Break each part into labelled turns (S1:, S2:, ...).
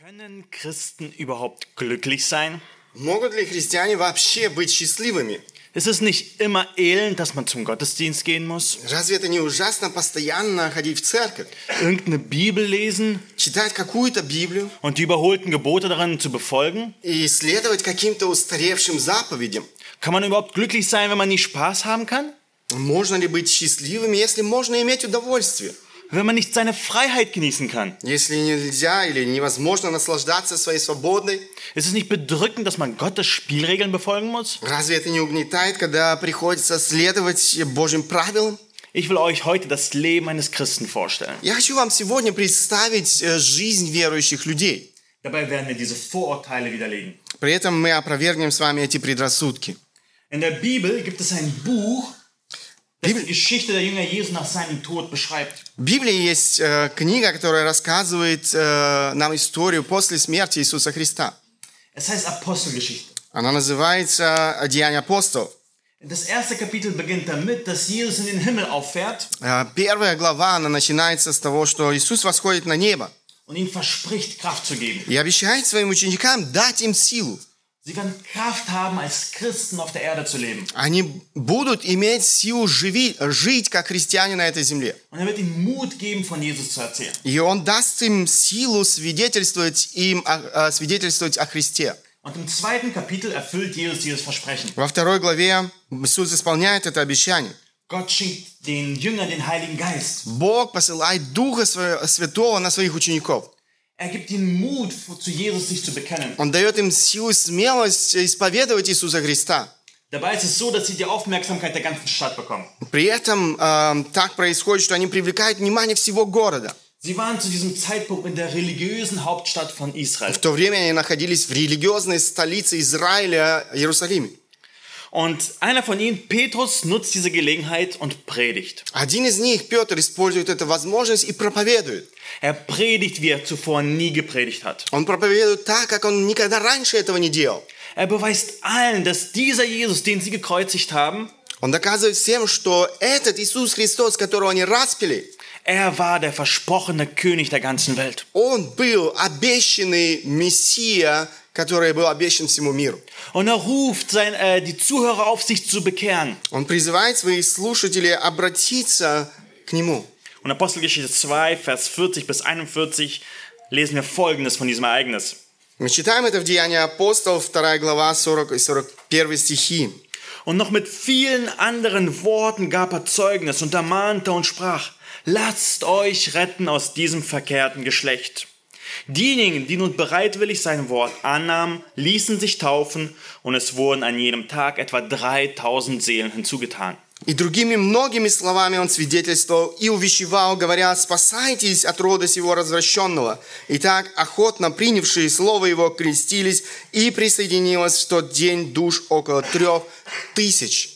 S1: Können Christen überhaupt glücklich sein?
S2: Могут ли христиане вообще быть счастливыми?
S1: Ist es nicht immer elend, dass man zum Gottesdienst gehen muss,
S2: Разве это не ужасно постоянно ходить в церковь,
S1: irgendeine Bibel lesen
S2: читать какую-то Библию
S1: und die überholten Gebote darin zu befolgen?
S2: и следовать каким-то устаревшим заповедям?
S1: Kann man überhaupt glücklich sein, wenn man nicht Spaß haben kann?
S2: Можно ли быть счастливыми, если можно иметь удовольствие?
S1: Wenn man nicht seine Freiheit genießen kann?
S2: Если нельзя или невозможно наслаждаться своей свободой?
S1: Ist es nicht bedrückend, dass man Gottes Spielregeln befolgen muss?
S2: Разве это не угнетает, когда приходится следовать Божьим правилам?
S1: Ich will euch heute das Leben eines Christen vorstellen.
S2: Я хочу вам сегодня представить э, жизнь верующих людей.
S1: Dabei werden wir diese Vorurteile widerlegen.
S2: При этом мы опровергнем с вами эти предрассудки.
S1: In der Bibel gibt es ein Buch, das
S2: Bibel-
S1: die Geschichte der Jünger Jesu nach seinem Tod beschreibt.
S2: В Библии есть э, книга, которая рассказывает э, нам историю после смерти Иисуса Христа.
S1: Es heißt Apostelgeschichte.
S2: Она называется «Деяния апостолов».
S1: Das erste Kapitel beginnt damit, dass Jesus in den Himmel auffährt
S2: Э, Первая глава, она начинается с того, что Иисус восходит на небо
S1: und ihnen verspricht, Kraft zu geben.
S2: и обещает своим ученикам дать им силу.
S1: Sie werden Kraft haben, als Christen auf der Erde zu leben.
S2: Они будут иметь силу живи- жить, как христиане на этой земле.
S1: Und er wird ihnen Mut geben, von Jesus zu erzählen.
S2: И Он даст им силу свидетельствовать, им о- о- свидетельствовать о Христе.
S1: Und im zweiten Kapitel erfüllt Jesus dieses Versprechen.
S2: Во второй главе Иисус исполняет это обещание.
S1: Gott schenkt den Jüngern den Heiligen Geist.
S2: Бог посылает Духа Своё- Святого на своих учеников.
S1: Er gibt ihnen Mut, zu Jesus sich zu bekennen.
S2: Он дает им силу и смелость исповедовать Иисуса Христа.
S1: Dabei ist es so, dass sie die Aufmerksamkeit der ganzen Stadt bekommen.
S2: При этом эм, так происходит, что они привлекают внимание всего города.
S1: Sie waren zu diesem Zeitpunkt in der religiösen Hauptstadt von Israel.
S2: В то время они находились в религиозной столице Израиля, Иерусалиме.
S1: Und einer von ihnen, Petrus, nutzt diese Gelegenheit und predigt.
S2: Один из них, Петр, использует эту возможность и проповедует.
S1: Er predigt, wie er zuvor nie gepredigt hat.
S2: Он проповедует так, как он никогда раньше этого не делал.
S1: Er beweist allen, dass dieser Jesus, den sie gekreuzigt haben,
S2: Он доказывает всем, что этот Иисус Христос, которого они распили,
S1: er war der versprochene König der ganzen Welt.
S2: он был обещанный Мессия, который был обещан всему миру.
S1: Und er ruft sein, äh, die Zuhörer auf, sich zu bekehren.
S2: Он призывает своих слушателей обратиться к Нему.
S1: Und Apostelgeschichte 2, Vers 40 bis 41 lesen wir Folgendes von diesem Ereignis.
S2: Мы читаем это в Деянии апостолов, 2 глава, 40 и 41 стихи.
S1: Und noch mit vielen anderen Worten gab er Zeugnis und ermahnte und sprach, lasst euch retten aus diesem verkehrten Geschlecht. Diejenigen, die nun bereitwillig sein Wort annahmen, ließen sich taufen und es wurden an jedem Tag etwa 3000 Seelen hinzugetan.
S2: «И другими многими словами он свидетельствовал и увещевал, говоря, «Спасайтесь от рода сего развращенного». Итак, охотно принявшие слово его крестились, и присоединилось в тот день душ около трех тысяч.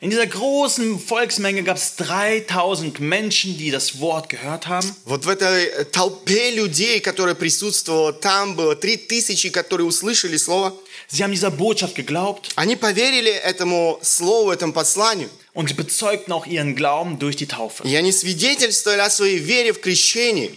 S1: In dieser großen Volksmenge gab es 3000 Menschen, die das Wort gehört haben
S2: Вот в этой э, толпе людей, которая присутствовала там, было три тысячи, которые услышали слово.
S1: Sie haben dieser Botschaft geglaubt
S2: Они поверили этому слову, этому посланию.
S1: und sie bezeugten auch ihren Glauben durch die Taufe.
S2: И они свидетельствовали о своей вере в крещении.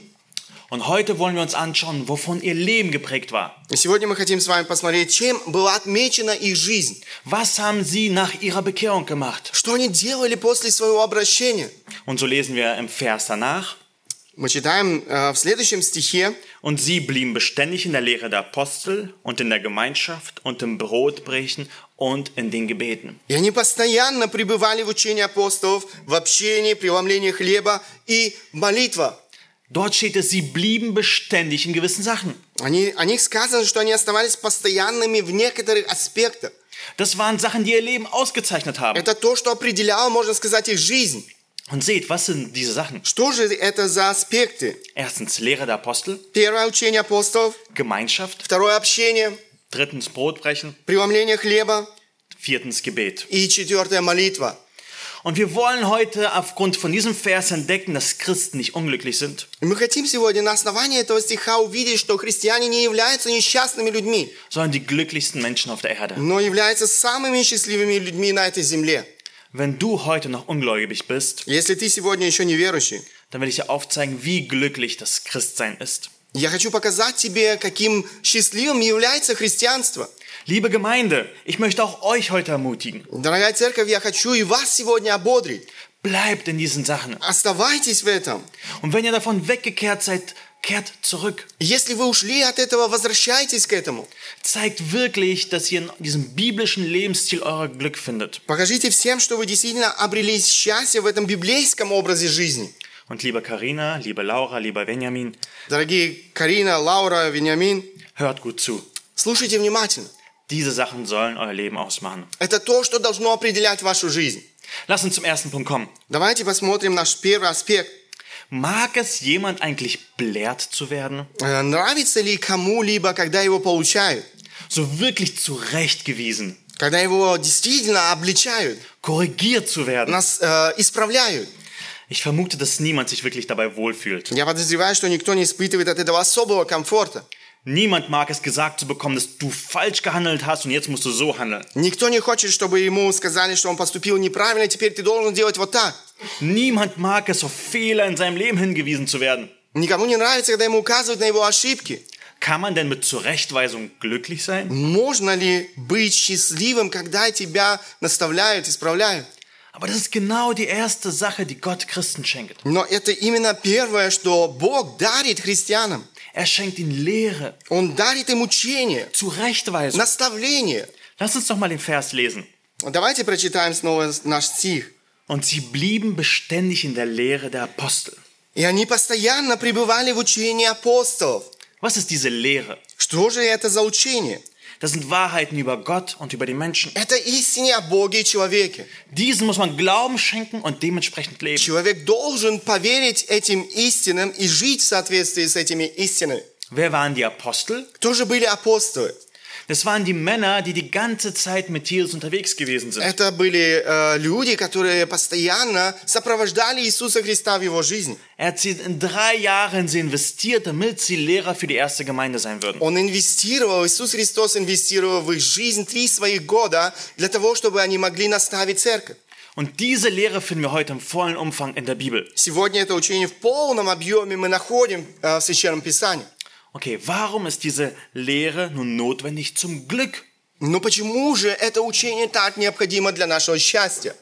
S1: Und heute wollen wir uns anschauen, wovon ihr Leben geprägt war.
S2: И сегодня мы хотим с вами посмотреть, чем была отмечена их жизнь.
S1: Was haben sie nach ihrer Bekehrung gemacht?
S2: Что они делали после своего обращения.
S1: Und so lesen wir im Vers danach.
S2: Мы читаем э, в следующем стихе.
S1: Und sie blieben beständig in der Lehre der Apostel und in der Gemeinschaft und im Brotbrechen und in den Gebeten.
S2: И они постоянно пребывали в учении апостолов, в общении, преломлении хлеба и молитва.
S1: Dort steht es, sie blieben beständig in gewissen Sachen.
S2: Они, о них сказано, что они оставались постоянными в некоторых аспектах.
S1: Das waren Sachen, die ihr Leben ausgezeichnet haben.
S2: Это то, что определяло, можно сказать, их жизнь.
S1: Und seht, was sind diese Sachen?
S2: Что же это за аспекты?
S1: Erstens Lehre der Apostel,
S2: Первое учение апостолов,
S1: Gemeinschaft,
S2: второе общение,
S1: drittens Brotbrechen,
S2: преломление хлеба
S1: viertens Gebet.
S2: и четвертое молитва.
S1: Und wir wollen heute aufgrund von diesem Vers entdecken, dass Christen nicht unglücklich sind.
S2: И Мы хотим сегодня на основании этого стиха увидеть, что христиане не являются несчастными людьми,
S1: sondern die glücklichsten Menschen auf der Erde.
S2: но являются самыми счастливыми людьми на этой земле.
S1: Wenn du heute noch ungläubig bist,
S2: Если ты сегодня еще не верующий,
S1: dann will ich dir aufzeigen, wie glücklich das Christsein ist.
S2: Я хочу показать тебе, каким счастливым является христианство.
S1: Liebe Gemeinde, ich möchte auch euch heute ermutigen.
S2: Дорогая церковь, я хочу и вас сегодня ободрить.
S1: Bleibt in diesen Sachen.
S2: Оставайтесь в этом.
S1: Und wenn ihr davon weggekehrt seid, kehrt zurück.
S2: Если вы ушли от этого, возвращайтесь к этому.
S1: Zeigt wirklich, dass ihr in diesem biblischen Lebensstil euer Glück findet.
S2: Покажите всем, что вы действительно обрели счастье в этом библейском образе жизни.
S1: Und liebe Karina, liebe Laura, lieber Benjamin,
S2: Дорогие Карина, Лаура, Вениамин,
S1: hört gut zu.
S2: слушайте внимательно.
S1: Diese Sachen sollen euer Leben ausmachen.
S2: Это то, что должно определять вашу жизнь.
S1: Lass uns zum ersten Punkt kommen.
S2: Давайте посмотрим наш первый аспект.
S1: Mag es jemand eigentlich belehrt zu werden?
S2: Э, Нравится ли кому-либо, когда его получают?
S1: So wirklich zurechtgewiesen,
S2: Когда его действительно обличают,
S1: korrigiert zu werden?
S2: нас э, исправляют?
S1: Ich vermute, dass niemand sich wirklich dabei wohlfühlt.
S2: Я подозреваю, что никто не испытывает от этого особого комфorta.
S1: Niemand mag es gesagt zu bekommen, dass du falsch gehandelt hast und jetzt musst du so handeln.
S2: Никто не хочет, чтобы ему сказали, что он поступил неправильно, теперь ты должен делать вот так.
S1: Niemand mag es, auf Fehler in seinem Leben hingewiesen zu werden.
S2: Никому не нравится, когда ему указывают на его ошибки.
S1: Kann man denn mit Zurechtweisung glücklich sein?
S2: Можно ли быть счастливым, когда тебя наставляют, исправляют?
S1: Aber das ist genau die erste Sache, die Gott Christen schenkt.
S2: Но это именно первое, что Бог дарит христианам.
S1: Er schenkt ihnen Lehre,
S2: Он дарит им учение,
S1: Zurechtweisung.
S2: наставление.
S1: Lass uns doch mal den Vers lesen.
S2: Давайте прочитаем снова наш стих.
S1: Und sie blieben beständig in der Lehre der Apostel.
S2: И они постоянно пребывали в учении апостолов.
S1: Was ist diese Lehre?
S2: Что же это за учение?
S1: Das sind Wahrheiten über Gott und über die Menschen.
S2: Это истине о Боге и человеке.
S1: Diesen muss man Glauben schenken und dementsprechend leben.
S2: Человек должен поверить этим истинам и жить в соответствии с этими истинами.
S1: Wer waren die Apostel?
S2: Кто же были апостолы?
S1: Das waren die Männer, die die ganze Zeit mit Jesus unterwegs gewesen sind.
S2: Это были э, люди, которые постоянно сопровождали Иисуса Христа в его жизни.
S1: Er hat sie in drei Jahren sie investiert, damit sie Lehrer für die erste Gemeinde sein würden.
S2: Он инвестировал, Иисус Христос инвестировал в их жизнь три своих года для того, чтобы они могли наставить церковь.
S1: Und diese Lehre finden wir heute im vollen Umfang in der Bibel.
S2: Сегодня это учение в полном объеме мы находим э, в Священном Писании.
S1: Okay, warum ist diese Lehre nun notwendig zum Glück?
S2: Но почему же это учение так необходимо для нашего счастья?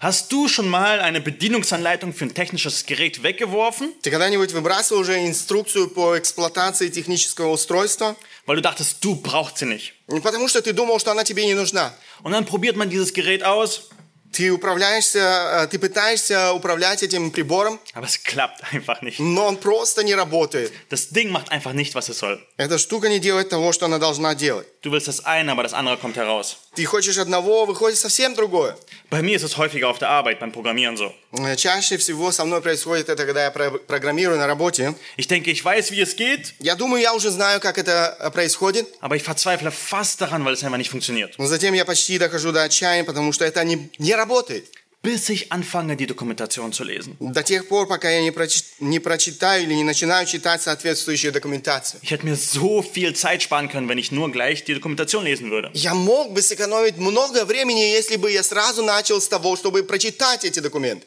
S1: Hast du schon mal eine Bedienungsanleitung für ein technisches Gerät weggeworfen,
S2: Ты когда-нибудь выбрасывал уже инструкцию по эксплуатации технического устройства?
S1: weil du dachtest, du brauchst sie nicht?
S2: Не Потому что ты думал, что она тебе не нужна.
S1: Und dann probiert man dieses Gerät aus,
S2: Ты управляешься, э, ты пытаешься управлять этим прибором,
S1: aber es klappt einfach nicht.
S2: но он просто не работает.
S1: Das Ding macht einfach nicht, was es soll.
S2: Эта штука не делает того, что она должна делать.
S1: Du willst das eine, aber das andere kommt heraus.
S2: Ты хочешь одного, выходит совсем другое.
S1: Bei mir ist es häufiger auf der Arbeit, beim Programmieren so.
S2: Э, Чаще всего со мной происходит это, когда я про- программирую на работе.
S1: Ich denke, ich weiß, wie es geht,
S2: Я думаю, я уже знаю, как это э, происходит,
S1: aber ich verzweifle fast daran, weil es einfach nicht funktioniert.
S2: но затем я почти дохожу до отчаяния, потому что это не, не работает.
S1: Bis ich anfange, die Dokumentation zu lesen.
S2: До тех пор, пока я не, прочи- не прочитаю или не начинаю читать соответствующую документацию.
S1: Ich hätte mir so viel Zeit sparen können, wenn ich nur gleich die Dokumentation lesen würde.
S2: Я мог бы сэкономить много времени, если бы я сразу начал с того, чтобы прочитать эти документы.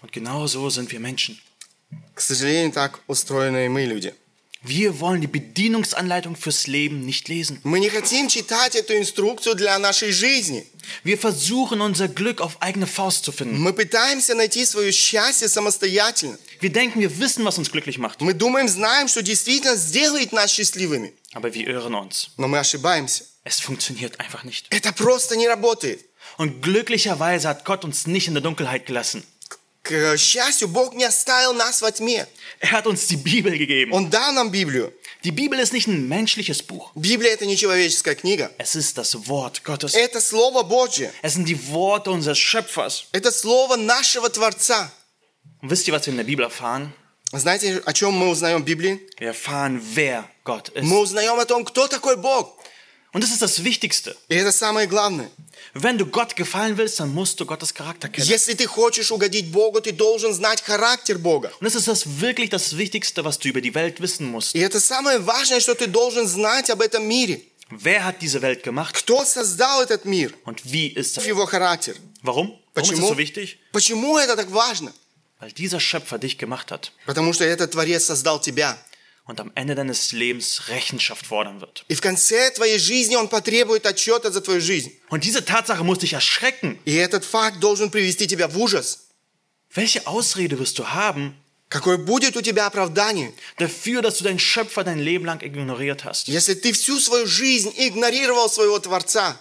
S1: Und genau so sind wir Menschen.
S2: К сожалению, так устроены и мы люди.
S1: Wir wollen die Bedienungsanleitung fürs Leben nicht lesen.
S2: Мы не хотим читать эту инструкцию для нашей жизни.
S1: Wir versuchen unser Glück auf eigene Faust zu finden.
S2: Мы пытаемся найти свое счастье самостоятельно.
S1: Wir denken, wir wissen, was uns glücklich macht.
S2: Мы думаем, знаем, что действительно сделает нас счастливыми.
S1: Aber wir irren uns.
S2: Но мы ошибаемся.
S1: Es funktioniert einfach nicht.
S2: Это просто не работает.
S1: Und glücklicherweise hat Gott uns nicht in der Dunkelheit gelassen.
S2: К счастью, Бог не оставил нас во тьме.
S1: Er hat uns die Bibel gegeben.
S2: Он дал нам Библию.
S1: Die Bibel ist nicht ein menschliches Buch.
S2: Библия – это не человеческая книга.
S1: Es ist das Wort Gottes.
S2: Это Слово Божье.
S1: Es sind die Worte unseres Schöpfers.
S2: Это Слово нашего Творца.
S1: Und wisst ihr, was wir in der Bibel erfahren?
S2: Знаете, о чем мы узнаем в Библии?
S1: Wir erfahren, wer Gott ist.
S2: Мы узнаем о том, кто такой Бог.
S1: Und das ist das Wichtigste.
S2: И это самое главное.
S1: Wenn du Gott gefallen willst, dann musst du Gottes Charakter kennen.
S2: Если ты хочешь угодить Богу, ты должен знать характер Бога.
S1: Und das ist das wirklich das Wichtigste, was du über die Welt wissen musst.
S2: И это самое важное, что ты должен знать об этом мире.
S1: Wer hat diese Welt gemacht
S2: Кто создал этот мир?
S1: und wie ist das?
S2: Его характер.
S1: Warum? Warum ist das
S2: Почему?
S1: so wichtig?
S2: Почему это так важно?
S1: Weil dieser Schöpfer dich gemacht hat.
S2: Потому что этот Творец создал тебя.
S1: und am Ende deines Lebens Rechenschaft fordern wird.
S2: И в конце твоей жизни Он потребует отчета за твою жизнь.
S1: Und diese Tatsache muss dich erschrecken.
S2: И этот факт должен привести тебя в ужас.
S1: Welche Ausrede wirst du haben
S2: Какое будет у тебя оправдание,
S1: dafür, dass du deinen Schöpfer dein Leben lang ignoriert hast?
S2: если ты всю свою жизнь игнорировал своего Творца?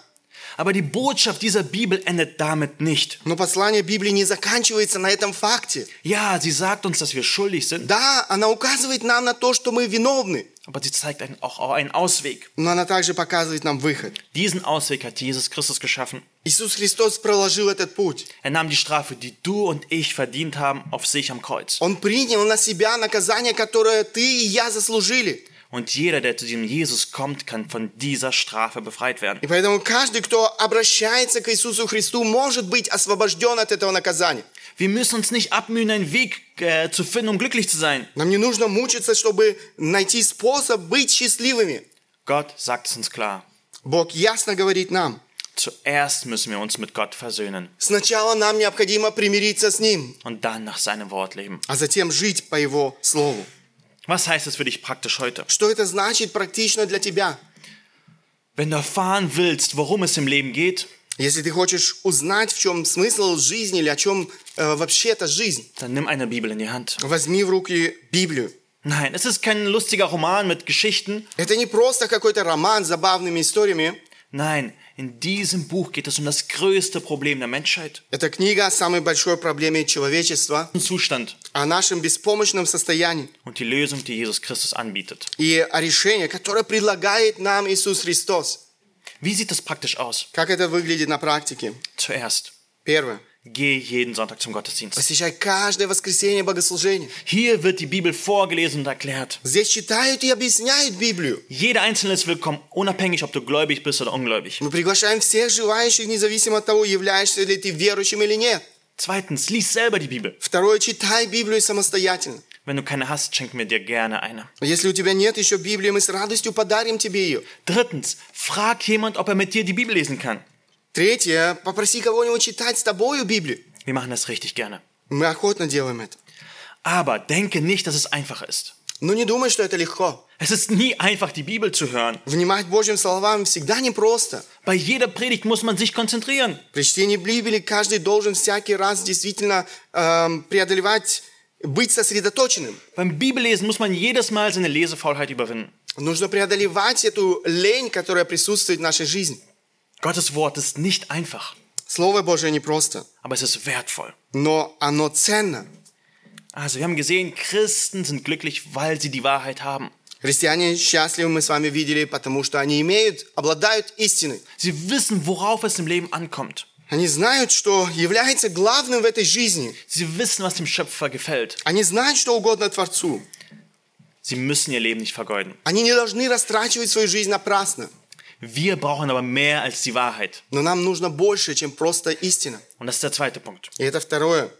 S1: Aber die Botschaft dieser Bibel endet damit nicht.
S2: Но послание Библии не заканчивается на этом факте.
S1: Ja, sie sagt uns, dass wir schuldig sind,
S2: Да, она указывает нам на то, что мы виновны,
S1: aber sie zeigt einen, auch einen Ausweg.
S2: но она также показывает нам выход.
S1: Diesen Ausweg hat Jesus Christus geschaffen.
S2: Иисус Христос проложил этот путь.
S1: Er nahm die Strafe, die du und ich verdient haben, auf sich am Kreuz.
S2: Он принял на себя наказание, которое ты и я заслужили.
S1: Und jeder, der zu diesem Jesus kommt, kann von dieser Strafe befreit werden.
S2: И поэтому каждый, кто обращается к Иисусу Христу, может быть освобожден от этого наказания.
S1: Wir müssen uns nicht abmühen, einen Weg äh, zu finden, um glücklich zu sein.
S2: Нам не нужно мучиться, чтобы найти способ быть счастливыми.
S1: Gott sagt es uns klar.
S2: Бог ясно говорит нам,
S1: Zuerst müssen wir uns mit Gott versöhnen
S2: сначала нам необходимо примириться с Ним,
S1: und dann nach seinem Wort leben.
S2: а затем жить по Его Слову.
S1: Was heißt das für dich praktisch heute?
S2: Что это значит практично для тебя?
S1: Wenn du erfahren willst, worum es im Leben geht,
S2: Если ты хочешь узнать, в чем смысл жизни или о чем э, вообще-то жизнь,
S1: dann nimm eine Bibel in die Hand.
S2: возьми в руки Библию.
S1: Nein, es ist kein lustiger Roman mit Geschichten.
S2: Это не просто какой-то роман с забавными историями.
S1: Nein, in diesem Buch geht es um das größte Problem der Menschheit.
S2: Это книга о самой большой проблеме человечества,
S1: Ein Zustand
S2: о нашем беспомощном состоянии
S1: und die Lösung, die Jesus Christus anbietet.
S2: и о решении, которое предлагает нам Иисус Христос.
S1: Wie sieht das praktisch aus?
S2: Как это выглядит на практике?
S1: Zuerst,
S2: Первое.
S1: geh jeden Sonntag zum Gottesdienst.
S2: Посещай каждое воскресенье богослужение.
S1: Hier wird die Bibel vorgelesen und erklärt.
S2: Здесь читают и объясняют Библию.
S1: Jeder Einzelne ist willkommen, unabhängig, ob du gläubig bist oder ungläubig.
S2: Мы приглашаем всех желающих, независимо от того, являешься ли ты верующим или нет.
S1: Zweitens, lies selber die Bibel.
S2: Второе, читай Библию самостоятельно.
S1: Wenn du keine hast, schenken wir dir gerne eine.
S2: Если у тебя нет еще Библии, мы с радостью подарим тебе ее.
S1: Drittens, frag jemand, ob er mit dir die Bibel lesen kann.
S2: Третье, попроси кого-нибудь читать с тобою Библию.
S1: Wir machen das richtig gerne.
S2: Мы охотно делаем это.
S1: Aber denke nicht, dass es einfach ist.
S2: Но не думай, что это легко.
S1: Es ist nie einfach, die Bibel zu hören.
S2: Внимать Божьим словам всегда непросто.
S1: Bei jeder Predigt muss man sich konzentrieren.
S2: При чтении Библии каждый должен всякий раз действительно эм, преодолевать, быть сосредоточенным.
S1: Beim Bibellesen muss man jedes Mal seine Lesefaulheit überwinden.
S2: Нужно преодолевать эту лень, которая присутствует в нашей жизни.
S1: Gottes Wort ist nicht einfach,
S2: Слово Божье непросто,
S1: aber es ist wertvoll.
S2: но оно ценно.
S1: Also, wir haben gesehen, Christen sind glücklich, weil sie die Wahrheit haben.
S2: Христиане счастливы, мы с вами видели, потому что они имеют, обладают истиной.
S1: Sie wissen, worauf es im Leben ankommt.
S2: Они знают, что является главным в этой жизни.
S1: Sie wissen, was dem Schöpfer gefällt.
S2: Они знают, что угодно Творцу.
S1: Sie müssen ihr Leben nicht vergeuden.
S2: Они не должны растрачивать свою жизнь напрасно.
S1: Wir brauchen aber mehr als die Wahrheit.
S2: Но нам нужно больше, чем просто истина.
S1: Und das ist der zweite Punkt.
S2: И это второе.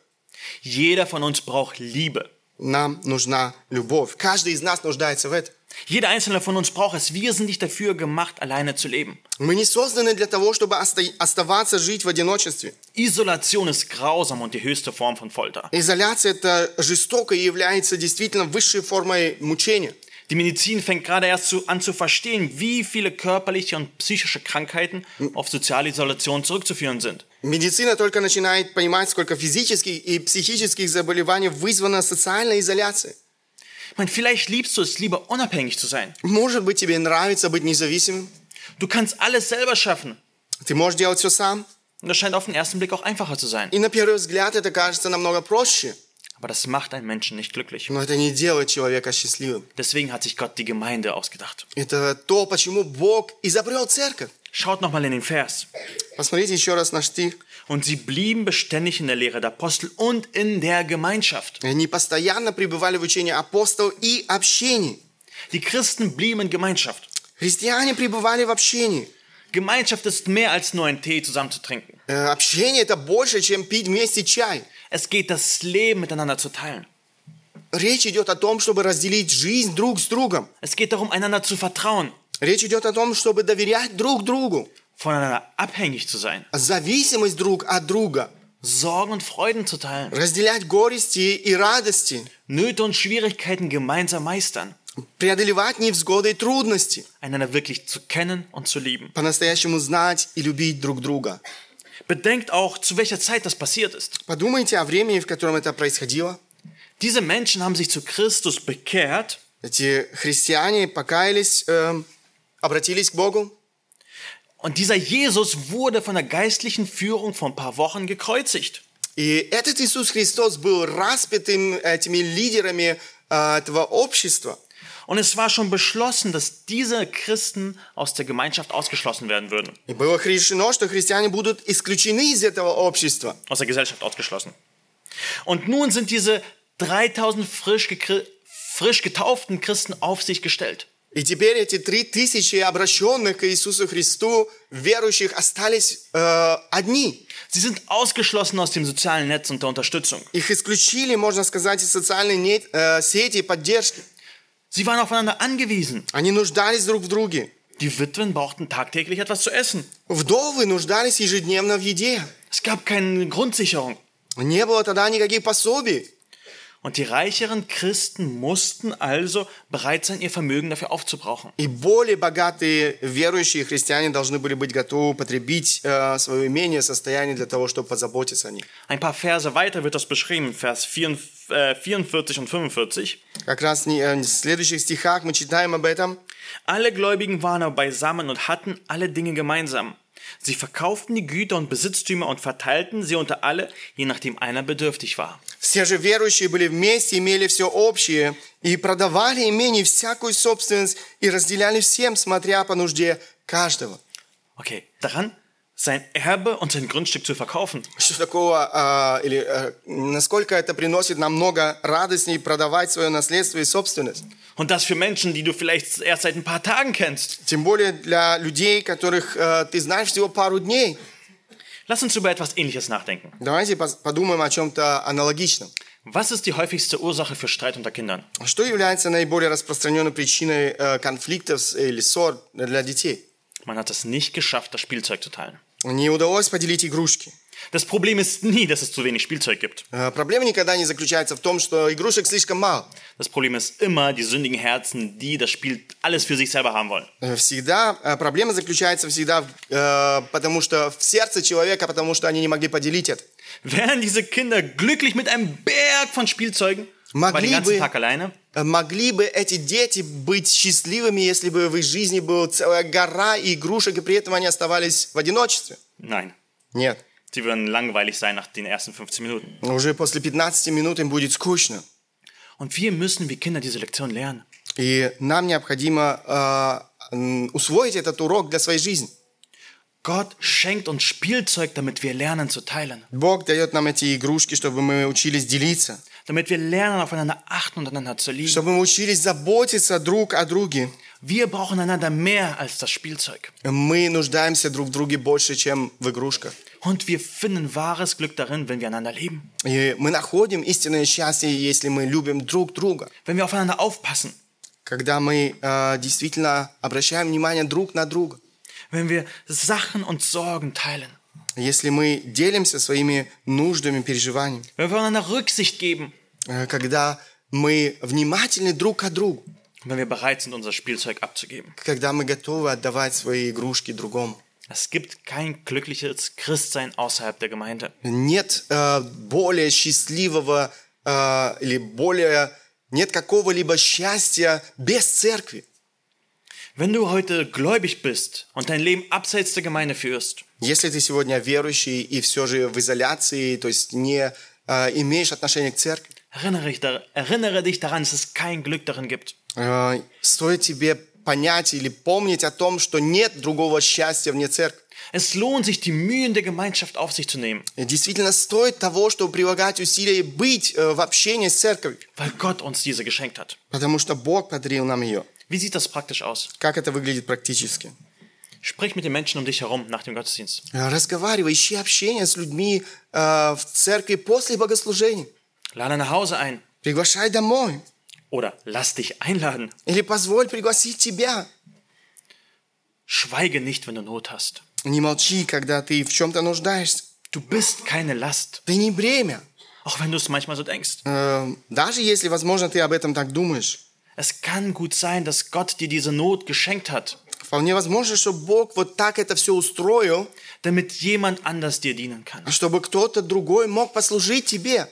S1: Jeder von uns braucht Liebe.
S2: Нам нужна любовь. Каждый из нас нуждается в этом.
S1: Jeder einzelne von uns braucht es. Wir sind nicht dafür gemacht, alleine zu leben.
S2: Мы не созданы для того, чтобы оста- оставаться жить в одиночестве.
S1: Isolation ist grausam und die höchste Form von Folter.
S2: Изоляция – это жестоко и является действительно высшей формой мучения.
S1: Die Medizin fängt gerade erst zu, an zu verstehen, wie viele körperliche und psychische Krankheiten auf soziale Isolation zurückzuführen sind.
S2: Медицина только начинает понимать, сколько физических и психических заболеваний вызвано социальной изоляцией.
S1: Ich meine, vielleicht liebst du es lieber, unabhängig zu sein.
S2: Может быть, тебе нравится быть независимым.
S1: Du kannst alles selber schaffen.
S2: Ты можешь делать все сам.
S1: Und das scheint auf den ersten Blick auch einfacher zu sein.
S2: И на первый взгляд это кажется намного проще.
S1: Aber das macht einen Menschen nicht glücklich.
S2: Но это не делает человека счастливым.
S1: Deswegen hat sich Gott die Gemeinde ausgedacht.
S2: Это то, почему Бог изобрел церковь.
S1: Schaut nochmal in den Vers.
S2: Посмотрите еще раз на штих.
S1: Und sie blieben beständig in der Lehre der Apostel und in der Gemeinschaft.
S2: Они постоянно пребывали в учении апостолов и общении.
S1: Die Christen blieben in Gemeinschaft.
S2: Христиане пребывали в общении.
S1: Gemeinschaft ist mehr als nur einen Tee zusammenzutrinken.
S2: Э, Общение – это больше, чем пить вместе чай.
S1: Es geht das Leben miteinander zu teilen.
S2: Речь идет о том, чтобы разделить жизнь друг с другом.
S1: Es geht darum, einander zu vertrauen,
S2: Речь идет о том, чтобы доверять друг другу.
S1: voneinander abhängig zu sein,
S2: Зависимость друг от друга.
S1: Sorgen und Freuden zu teilen,
S2: Разделять горести и радости.
S1: Nöte und Schwierigkeiten gemeinsam meistern.
S2: преодолевать невзгоды и трудности,
S1: einander wirklich zu kennen und zu lieben.
S2: по-настоящему знать и любить друг друга.
S1: Bedenkt auch, zu welcher Zeit das passiert ist.
S2: Подумайте о времени, в котором это происходило.
S1: Diese Menschen haben sich zu Christus bekehrt.
S2: Эти христиане покаялись, эм, обратились к Богу,
S1: Und dieser Jesus wurde von der geistlichen Führung vor ein paar Wochen gekreuzigt.
S2: И этот Иисус Христос был распятым этими лидерами э, этого общества.
S1: Und es war schon beschlossen, dass diese Christen aus der Gemeinschaft ausgeschlossen werden würden.
S2: И было решено, что христиане будут исключены из этого общества.
S1: Aus der Gesellschaft ausgeschlossen. Und nun sind diese 3000 frisch, gekri- frisch getauften Christen auf sich gestellt.
S2: И теперь эти три тысячи обращенных к Иисусу Христу верующих остались э, одни.
S1: Sie sind ausgeschlossen aus dem sozialen Netz und der Unterstützung.
S2: Их исключили, можно сказать, из социальной нет- э, сети и поддержки.
S1: Sie waren aufeinander angewiesen.
S2: Они нуждались друг в друге.
S1: Die Witwen brauchten tagtäglich etwas zu essen.
S2: Вдовы нуждались ежедневно в еде.
S1: Es gab keine Grundsicherung.
S2: Не было тогда никаких пособий.
S1: Und die reicheren Christen mussten also bereit sein, ihr Vermögen dafür aufzubrauchen.
S2: И более богатые верующие христиане должны были быть готовы потребить э, свое имение, состояние для того, чтобы позаботиться о них.
S1: Ein paar Verse weiter wird das beschrieben, Vers 44 äh, 44 und 45.
S2: Как раз не- э, в следующих стихах мы читаем об этом.
S1: Alle Gläubigen waren aber beisammen und hatten alle Dinge gemeinsam. Sie verkauften die Güter und Besitztümer und verteilten sie unter alle, je nachdem einer bedürftig war.
S2: Все же верующие были вместе, имели все общее, и продавали имение всякую собственность, и разделяли всем, смотря по нужде каждого.
S1: Okay, daran, sein Erbe und sein Grundstück zu verkaufen.
S2: Что такого, э, или э, насколько это приносит намного радостней продавать свое наследство и собственность?
S1: Und das für Menschen, die du vielleicht erst seit ein paar Tagen kennst.
S2: Тем более для людей, которых э, ты знаешь всего пару дней.
S1: Lass uns über etwas Ähnliches nachdenken.
S2: Давайте пос- подумаем о чем-то аналогичном.
S1: Was ist die häufigste Ursache für Streit unter Kindern?
S2: Что является наиболее распространенной причиной э, конфликтов с- или ссор для детей?
S1: Man hat es nicht geschafft, das Spielzeug zu teilen.
S2: Не удалось поделить игрушки.
S1: Das Problem ist nie, dass es zu wenig Spielzeug gibt.
S2: Э, Проблема никогда не заключается в том, что игрушек слишком мало.
S1: Das Problem ist immer die sündigen Herzen, die das Spiel alles für sich selber haben wollen.
S2: Э, Всегда э, проблема заключается всегда, в- э, потому что в сердце человека, потому что они не могли поделить это.
S1: Wären diese Kinder glücklich mit einem Berg von Spielzeugen,
S2: Mag
S1: aber den ganzen
S2: Liebe-
S1: Tag alleine?
S2: Э, Могли бы эти дети быть счастливыми, если бы в их жизни была целая гора игрушек, и при этом они оставались в одиночестве?
S1: Nein.
S2: Нет.
S1: Sie würden langweilig sein nach den ersten 15 Minuten.
S2: Уже после 15 минут им будет скучно.
S1: Und wir müssen wie Kinder diese Lektion lernen.
S2: И нам необходимо э, м, усвоить этот урок для своей жизни.
S1: Gott schenkt uns Spielzeug, damit wir lernen zu teilen.
S2: Бог дает нам эти игрушки, чтобы мы учились делиться,
S1: Damit wir lernen, aufeinander achten und einander zu lieben.
S2: чтобы мы учились заботиться друг о друге.
S1: Wir brauchen einander mehr als das Spielzeug.
S2: Мы нуждаемся друг в друге больше, чем в игрушках.
S1: Und wir finden wahres Glück darin, wenn wir einander lieben.
S2: И мы находим истинное счастье, если мы любим друг друга,
S1: Wenn wir aufeinander aufpassen.
S2: когда мы э, действительно обращаем внимание друг на друга,
S1: Wenn wir Sachen und Sorgen teilen.
S2: если мы делимся своими нуждами, переживаниями,
S1: Wenn wir aufeinander Rücksicht geben.
S2: э, когда мы внимательны друг к другу.
S1: Und wenn wir bereit sind, unser Spielzeug abzugeben.
S2: когда мы готовы отдавать свои игрушки другому.
S1: Es gibt kein glückliches Christsein außerhalb der Gemeinde.
S2: Нет э, более счастливого э, или более нет какого-либо счастья без церкви.
S1: Wenn du heute gläubig bist und dein Leben abseits der Gemeinde führst,
S2: Если ты сегодня верующий и все же в изоляции, то есть не э, имеешь отношения к церкви,
S1: erinnere dich, dar- erinnere dich daran, dass es kein Glück darin gibt.
S2: э, стоит тебе понять или помнить о том, что нет другого счастья вне церкви.
S1: Es lohnt sich, die Mühen der Gemeinschaft auf sich zu nehmen,
S2: И действительно стоит того, чтобы прилагать усилия и быть э, в общении с церковью,
S1: weil Gott uns diese geschenkt hat.
S2: потому что Бог подарил нам ее.
S1: Wie sieht das praktisch aus?
S2: Как это выглядит практически?
S1: Sprich mit den Menschen um dich herum nach dem Gottesdienst.
S2: Э, Разговаривай, ищи общение с людьми э, в церкви после богослужения.
S1: Lade nach Hause ein
S2: Приглашай домой.
S1: oder lass dich einladen.
S2: Или позволь пригласить тебя.
S1: Schweige nicht, wenn du Not hast.
S2: Не молчи, когда ты в чем-то нуждаешься.
S1: Du bist keine Last,
S2: Ты не бремя.
S1: auch wenn du es manchmal so denkst.
S2: Э, даже если, возможно, ты об этом так думаешь.
S1: Es kann gut sein, dass Gott dir diese Not geschenkt hat,
S2: Вполне возможно, что Бог вот так это все устроил,
S1: damit jemand anders dir dienen kann.
S2: чтобы кто-то другой мог послужить тебе.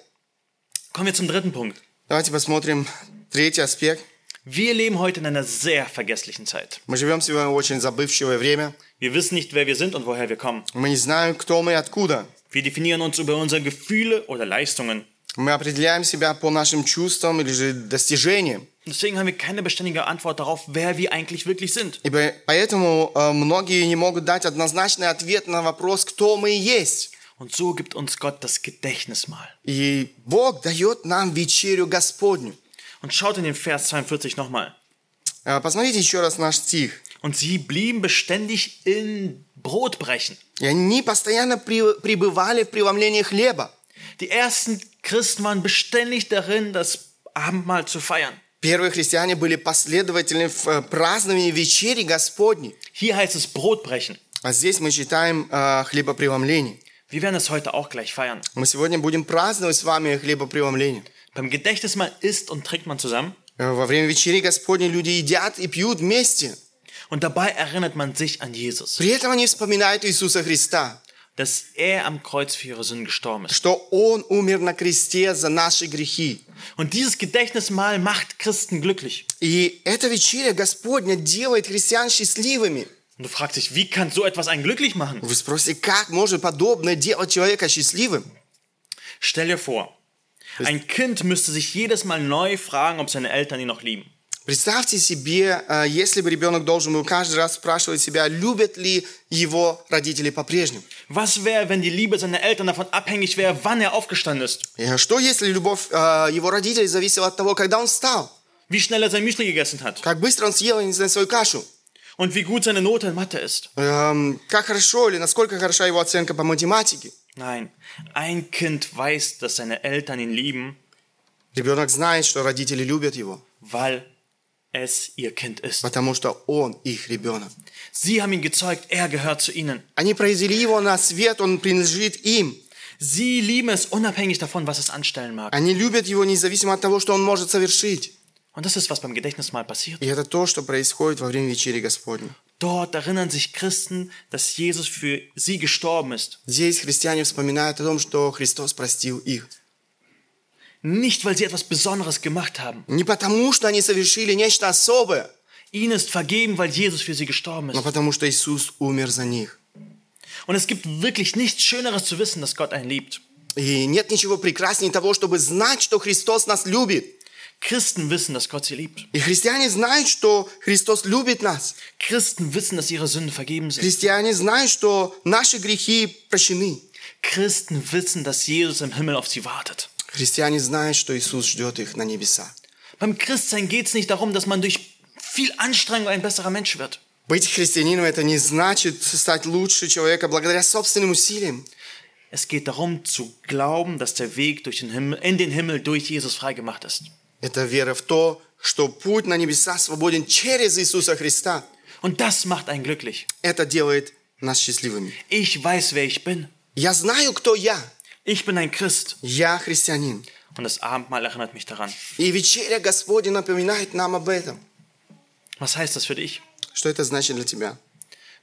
S1: Kommen wir zum dritten Punkt.
S2: Давайте посмотрим третий аспект.
S1: Wir leben heute in einer sehr vergesslichen Zeit.
S2: Мы живем сегодня в очень забывчивое время.
S1: Wir wissen nicht, wer wir sind und woher wir kommen.
S2: Мы не знаем, кто мы и откуда.
S1: Wir definieren uns über unsere Gefühle oder Leistungen.
S2: Мы определяем себя по нашим чувствам или же достижениям.
S1: Deswegen haben wir keine beständige Antwort darauf, wer wir eigentlich wirklich sind.
S2: И по- поэтому э, многие не могут дать однозначный ответ на вопрос, кто мы есть.
S1: Und so gibt uns Gott das Gedächtnismahl.
S2: И Бог дает нам вечерю Господню.
S1: Und schaut in den Vers 42 nochmal.
S2: Э, Посмотрите еще раз наш стих.
S1: Und sie blieben beständig in Brotbrechen.
S2: И они постоянно при- пребывали в преломлении хлеба.
S1: Die ersten Christen waren beständig darin, das Abendmahl zu feiern.
S2: Первые христиане были последовательны в э, праздновании вечери Господней.
S1: Hier heißt es Brotbrechen.
S2: А здесь мы читаем э, хлебопреломление.
S1: Wir werden es heute auch gleich feiern.
S2: Мы сегодня будем праздновать с вами хлебопреломление.
S1: Beim Gedächtnismahl isst und trinkt man zusammen
S2: Э, Во время вечери Господней люди едят и пьют вместе.
S1: und dabei erinnert man sich an Jesus,
S2: При этом они вспоминают Иисуса Христа,
S1: dass er am Kreuz für ihre Sünden gestorben ist.
S2: что Он умер на кресте за наши грехи.
S1: Und dieses Gedächtnismahl macht Christen glücklich.
S2: И эта вечеря Господня делает христиан счастливыми.
S1: Und du fragst dich, wie kann so etwas einen glücklich machen?
S2: Вы спросите, как может подобное делать человека счастливым?
S1: Stell dir vor, ein Kind müsste sich jedes Mal neu fragen, ob seine Eltern ihn noch lieben.
S2: Представьте себе, э, если бы ребенок должен был каждый раз спрашивать себя, любят ли его родители по-прежнему.
S1: Was wäre, wenn die Liebe seiner Eltern davon abhängig wäre, wann er aufgestanden ist,
S2: И а что, если любовь э, его родителей зависела от того, когда он встал?
S1: wie schnell er sein Müsli gegessen hat
S2: Как быстро он съел не знаю, свою кашу?
S1: und wie gut seine Note in Mathe ist?
S2: Эм, как хорошо или насколько хороша его оценка по математике?
S1: Nein, ein Kind weiß, dass seine Eltern ihn lieben,
S2: Ребенок знает, что родители любят его,
S1: weil es ihr Kind ist.
S2: потому что он их ребенок.
S1: Sie haben ihn gezeugt, er gehört zu ihnen.
S2: Они произвели его на свет, он принадлежит им.
S1: Sie lieben es unabhängig davon, was es anstellen mag.
S2: Они любят его независимо от того, что он может совершить.
S1: Und das ist, was beim Gedächtnismal passiert.
S2: И это то, что происходит во время вечери Господней.
S1: Dort erinnern sich Christen, dass Jesus für sie gestorben ist.
S2: Здесь христиане вспоминают о том, что Христос простил их.
S1: Nicht, weil sie etwas Besonderes gemacht haben.
S2: Не потому, что они совершили нечто особое,
S1: Ihnen ist vergeben, weil Jesus für sie gestorben
S2: но
S1: ist.
S2: потому, что Иисус умер за них.
S1: Und es gibt wirklich nichts Schöneres zu wissen, dass Gott einen liebt.
S2: И нет ничего прекраснее того, чтобы знать, что Христос нас любит.
S1: Christen wissen, dass Gott sie liebt.
S2: И христиане знают, что Христос любит нас.
S1: Christen wissen, dass ihre Sünden vergeben sind.
S2: Христиане знают, что наши грехи прощены.
S1: Christen wissen, dass Jesus im Himmel auf sie wartet.
S2: Христиане знают, что Иисус ждет их на небеса.
S1: Beim Christsein geht es nicht darum, dass man durch viel Anstrengung ein besserer Mensch wird.
S2: Быть христианином – это не значит стать лучше человека благодаря собственным усилиям.
S1: Es geht darum, zu glauben, dass der Weg durch den Himmel, in den Himmel durch Jesus freigemacht ist.
S2: Это вера в то, что путь на небеса свободен через Иисуса Христа.
S1: Und das macht einen glücklich.
S2: Это делает нас счастливыми.
S1: Ich weiß, wer ich bin.
S2: Я знаю, кто я.
S1: Ich bin ein Christ.
S2: Я христианин.
S1: Und das Abendmahl erinnert mich daran.
S2: И вечеря Господня напоминает нам об этом.
S1: Was heißt das für dich?
S2: Что это значит для тебя?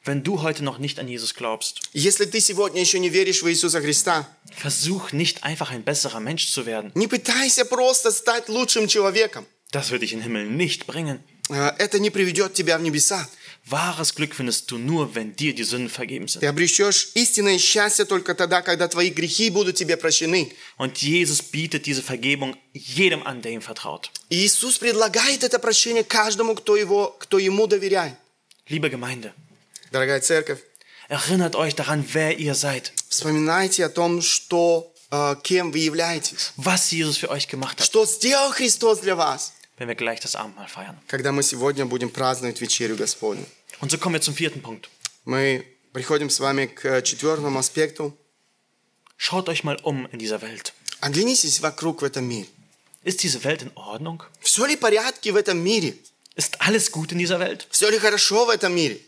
S1: Wenn du heute noch nicht an Jesus glaubst,
S2: Если ты сегодня еще не веришь в Иисуса Христа,
S1: versuch nicht einfach ein besserer Mensch zu werden.
S2: не пытайся просто стать лучшим человеком.
S1: Das wird dich in den Himmel nicht bringen.
S2: Э, Это не приведет тебя в небеса.
S1: Wahres Glück findest du nur, wenn dir die Sünden vergeben
S2: Ты
S1: sind.
S2: обречешь истинное счастье только тогда, когда твои грехи будут тебе прощены.
S1: Und Jesus bietet diese Vergebung jedem an, der ihm vertraut.
S2: И Иисус предлагает это прощение каждому, кто, его, кто ему доверяет.
S1: Liebe Gemeinde,
S2: Дорогая церковь,
S1: erinnert euch daran, wer ihr seid,
S2: вспоминайте о том, что, э, кем вы являетесь.
S1: was Jesus für euch gemacht hat,
S2: Что сделал Христос для вас,
S1: wenn wir gleich das Abendmahl feiern.
S2: когда мы сегодня будем праздновать вечерю Господню.
S1: Und so kommen wir zum vierten Punkt.
S2: Мы приходим с вами к э, четвертому аспекту.
S1: Schaut euch mal um in dieser Welt.
S2: Оглянитесь вокруг в этом мире.
S1: Ist diese Welt in Ordnung?
S2: Все ли порядки в этом мире?
S1: Ist alles gut in dieser Welt?
S2: Все ли хорошо в этом мире?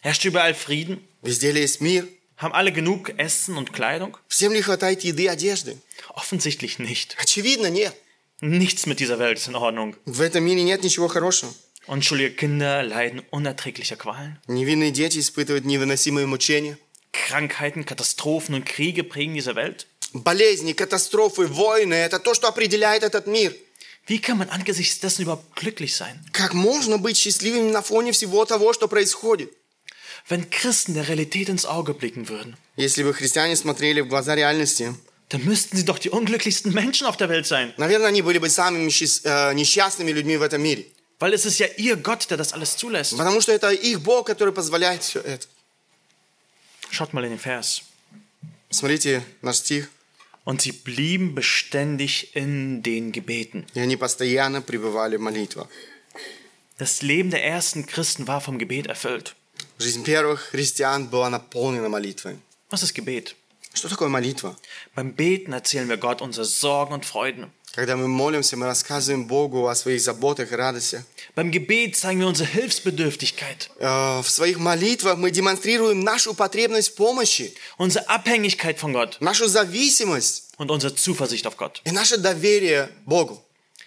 S1: Herrscht überall Frieden?
S2: Везде ли есть мир?
S1: Haben alle genug Essen und Kleidung?
S2: Всем ли хватает еды, одежды?
S1: Offensichtlich nicht.
S2: Очевидно, нет.
S1: Nichts mit dieser Welt ist in Ordnung.
S2: В этом мире нет ничего хорошего.
S1: Unschuldige Kinder leiden unerträglicher Qualen.
S2: Невинные дети испытывают невыносимые мучения.
S1: Krankheiten, Katastrophen und Kriege prägen diese Welt.
S2: Болезни, катастрофы, войны – это то, что определяет этот мир.
S1: Wie kann man angesichts dessen überhaupt glücklich sein?
S2: Как можно быть счастливым на фоне всего того, что происходит?
S1: Wenn Christen der Realität ins Auge blicken würden,
S2: Если бы христиане смотрели в глаза реальности,
S1: dann müssten sie doch die unglücklichsten Menschen auf der Welt sein.
S2: наверное, они были бы самыми счаст- э, несчастными людьми в этом мире.
S1: Weil es ist ja ihr Gott, der das alles zulässt.
S2: Потому что это их Бог, который позволяет все это.
S1: Schaut mal in den Vers.
S2: Смотрите наш стих.
S1: Und sie blieben beständig in den Gebeten.
S2: И они постоянно пребывали в молитвах.
S1: Das Leben der ersten Christen war vom Gebet erfüllt.
S2: Жизнь первых христиан была наполнена молитвой.
S1: Was ist Gebet?
S2: Что такое молитва?
S1: Beim Beten erzählen wir Gott unsere Sorgen und Freuden.
S2: Когда мы молимся, мы рассказываем Богу о своих заботах и радостях.
S1: Beim Gebet zeigen wir unsere Hilfsbedürftigkeit,
S2: Э, В своих молитвах мы демонстрируем нашу потребность в помощи,
S1: unsere Abhängigkeit von Gott
S2: нашу зависимость
S1: und unsere Zuversicht auf Gott.
S2: и наше доверие Богу.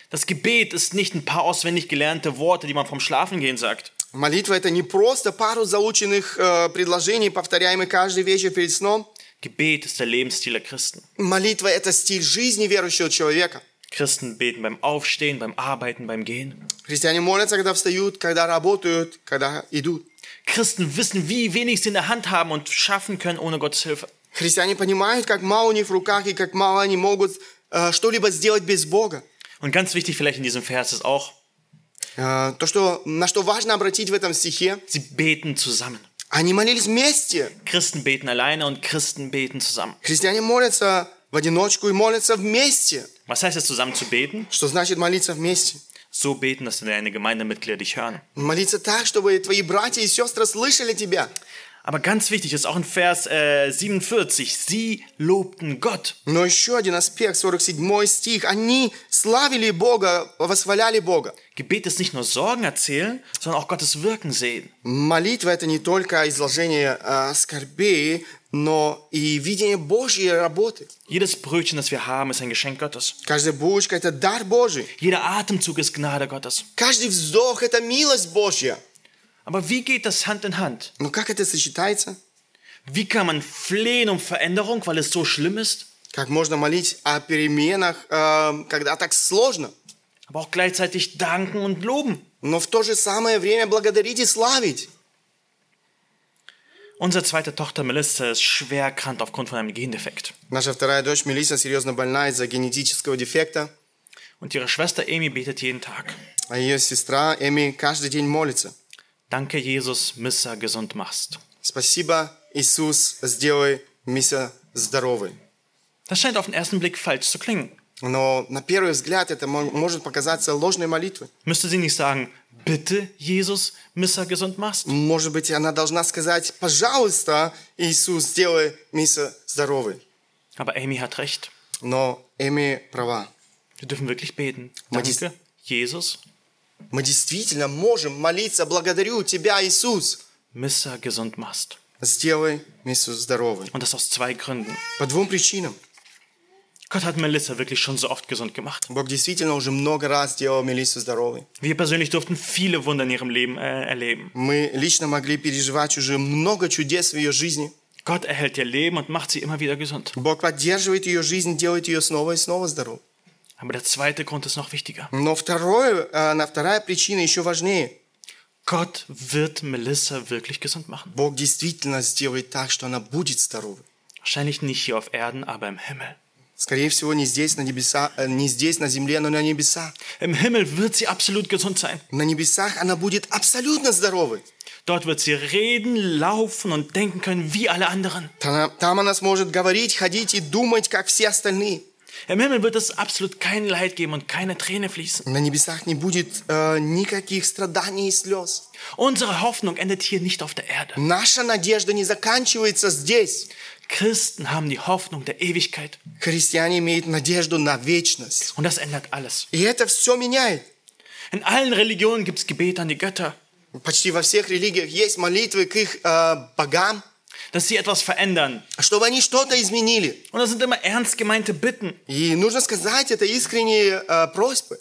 S1: Das Gebet ist nicht ein paar auswendig gelernte Worte, die man vom Schlafengehen sagt.
S2: Молитва – это не просто пару заученных э, предложений, повторяемых каждый вечер перед сном.
S1: Gebet ist der Lebensstil der Christen.
S2: Молитва – это стиль жизни верующего человека.
S1: Christen beten beim Aufstehen, beim Arbeiten, beim Gehen.
S2: Христиане молятся, когда встают, когда работают, когда идут.
S1: Christen wissen, wie wenig sie in der Hand haben und schaffen können ohne Gottes Hilfe.
S2: Христиане понимают, как мало у них в руках и как мало они могут э, что-либо сделать без Бога.
S1: Und ganz wichtig vielleicht in diesem Vers ist auch,
S2: Э, то, что, на что важно обратить в этом стихе,
S1: sie beten zusammen.
S2: они молились вместе.
S1: Christen beten alleine und Christen beten zusammen.
S2: Христиане молятся в одиночку и молятся вместе.
S1: Was heißt es, zusammen zu beten?
S2: Что значит молиться вместе?
S1: So beten, dass deine Gemeindemitglieder dich hören.
S2: Молиться так, чтобы твои братья и сестры слышали тебя.
S1: Aber ganz wichtig ist auch in Vers äh, 47, sie lobten Gott.
S2: Но еще один аспект, 47 стих. Они славили Бога, восхваляли Бога.
S1: Gebet ist nicht nur Sorgen erzählen, sondern auch Gottes Wirken sehen.
S2: Молитва – это не только изложение э, скорбей, но и видение Божьей работы.
S1: Jedes Brötchen, das wir haben, ist ein Geschenk Gottes.
S2: Каждая булочка – это дар Божий.
S1: Jeder Atemzug ist Gnade Gottes.
S2: Каждый вздох – это милость Божья.
S1: Aber wie geht das Hand in Hand?
S2: Но как это сочетается?
S1: Wie kann man flehen um Veränderung, weil es so schlimm ist,
S2: Как можно молить о переменах, э, когда так сложно?
S1: aber auch gleichzeitig danken und loben?
S2: Но в то же самое время благодарить и славить.
S1: Unsere zweite Tochter Melissa ist schwer krank aufgrund von einem Gendefekt.
S2: Наша вторая дочь Мелиса серьезно больна из-за генетического дефекта,
S1: Und ihre Schwester Amy betet jeden Tag.
S2: а ее сестра Эми каждый день молится.
S1: Danke, Jesus, Missa gesund machst.
S2: Спасибо, Иисус, сделай Миса здоровой.
S1: Das scheint auf den ersten Blick falsch zu klingen.
S2: Но на первый взгляд это мо- может показаться ложной молитвой.
S1: Müsste sie nicht sagen, bitte, Jesus, Missa gesund machst?
S2: Может быть, она должна сказать, пожалуйста, Иисус, сделай Миса здоровой.
S1: Aber Amy hat recht.
S2: Но Эми права.
S1: Wir dürfen wirklich beten.
S2: Man dies-
S1: Danke, Jesus,
S2: Мы действительно можем молиться, благодарю Тебя, Иисус.
S1: Missa gesund machst.
S2: Сделай Мису здоровой.
S1: Und das aus zwei Gründen.
S2: По двум причинам.
S1: Gott hat Melissa wirklich schon so oft gesund gemacht.
S2: Бог действительно уже много раз делал Мелиссу здоровой.
S1: Wir persönlich durften viele Wunder in ihrem Leben äh, erleben.
S2: Мы лично могли переживать уже много чудес в ее жизни.
S1: Gott erhält ihr Leben und macht sie immer wieder gesund.
S2: Бог поддерживает ее жизнь, делает ее снова и снова здоровой.
S1: Aber der zweite Grund ist noch wichtiger.
S2: Но второе, э, на вторая причина еще важнее.
S1: Gott wird Melissa wirklich gesund machen.
S2: Бог действительно сделает так, что она будет здоровой.
S1: Wahrscheinlich nicht hier auf Erden, aber im Himmel.
S2: Скорее всего, не здесь, на небеса, э, не здесь, на земле, но на небесах.
S1: Im Himmel wird sie absolut gesund sein.
S2: На небесах она будет абсолютно здоровой.
S1: Dort wird sie reden, laufen und denken können wie alle anderen.
S2: Там, там она сможет говорить, ходить и думать, как все остальные.
S1: Im Himmel wird es absolut kein Leid geben und keine Träne fließen.
S2: На небесах не будет э, никаких страданий и слез.
S1: Unsere Hoffnung endet hier nicht auf der Erde.
S2: Наша надежда не заканчивается здесь.
S1: Christen haben die Hoffnung der Ewigkeit
S2: Христиане имеют надежду на вечность.
S1: und das ändert alles.
S2: И это все меняет.
S1: In allen Religionen gibt es Gebete an die Götter.
S2: Почти во всех религиях есть молитвы к их э, богам.
S1: dass sie etwas verändern.
S2: чтобы они что-то изменили.
S1: Und das sind immer ernst gemeinte Bitten.
S2: И нужно сказать, это искренние э, просьбы.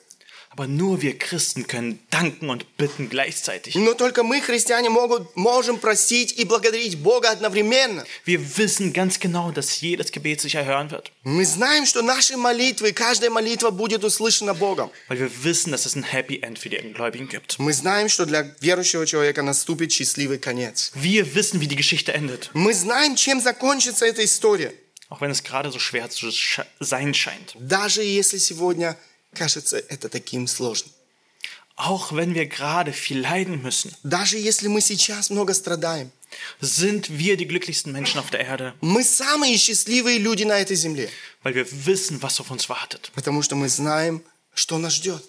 S1: Aber nur wir Christen können danken und bitten gleichzeitig.
S2: Но только мы, христиане, могут, можем просить и благодарить Бога одновременно.
S1: Wir wissen ganz genau, dass jedes Gebet sich erhören wird.
S2: Мы знаем, что наши молитвы, каждая молитва будет услышана Богом.
S1: Weil wir wissen, dass es ein Happy End für die Gläubigen gibt.
S2: Мы знаем, что для верующего человека наступит счастливый конец.
S1: Wir wissen, wie die Geschichte endet.
S2: Мы знаем, чем закончится эта история,
S1: Auch wenn es gerade so schwer zu sch- sein scheint.
S2: даже если сегодня кажется это таким сложным.
S1: Auch wenn wir gerade viel leiden müssen,
S2: Даже если мы сейчас много страдаем,
S1: sind wir die glücklichsten Menschen auf der Erde.
S2: мы самые счастливые люди на этой земле,
S1: Weil wir wissen, was auf uns wartet.
S2: потому что мы знаем, что нас ждет.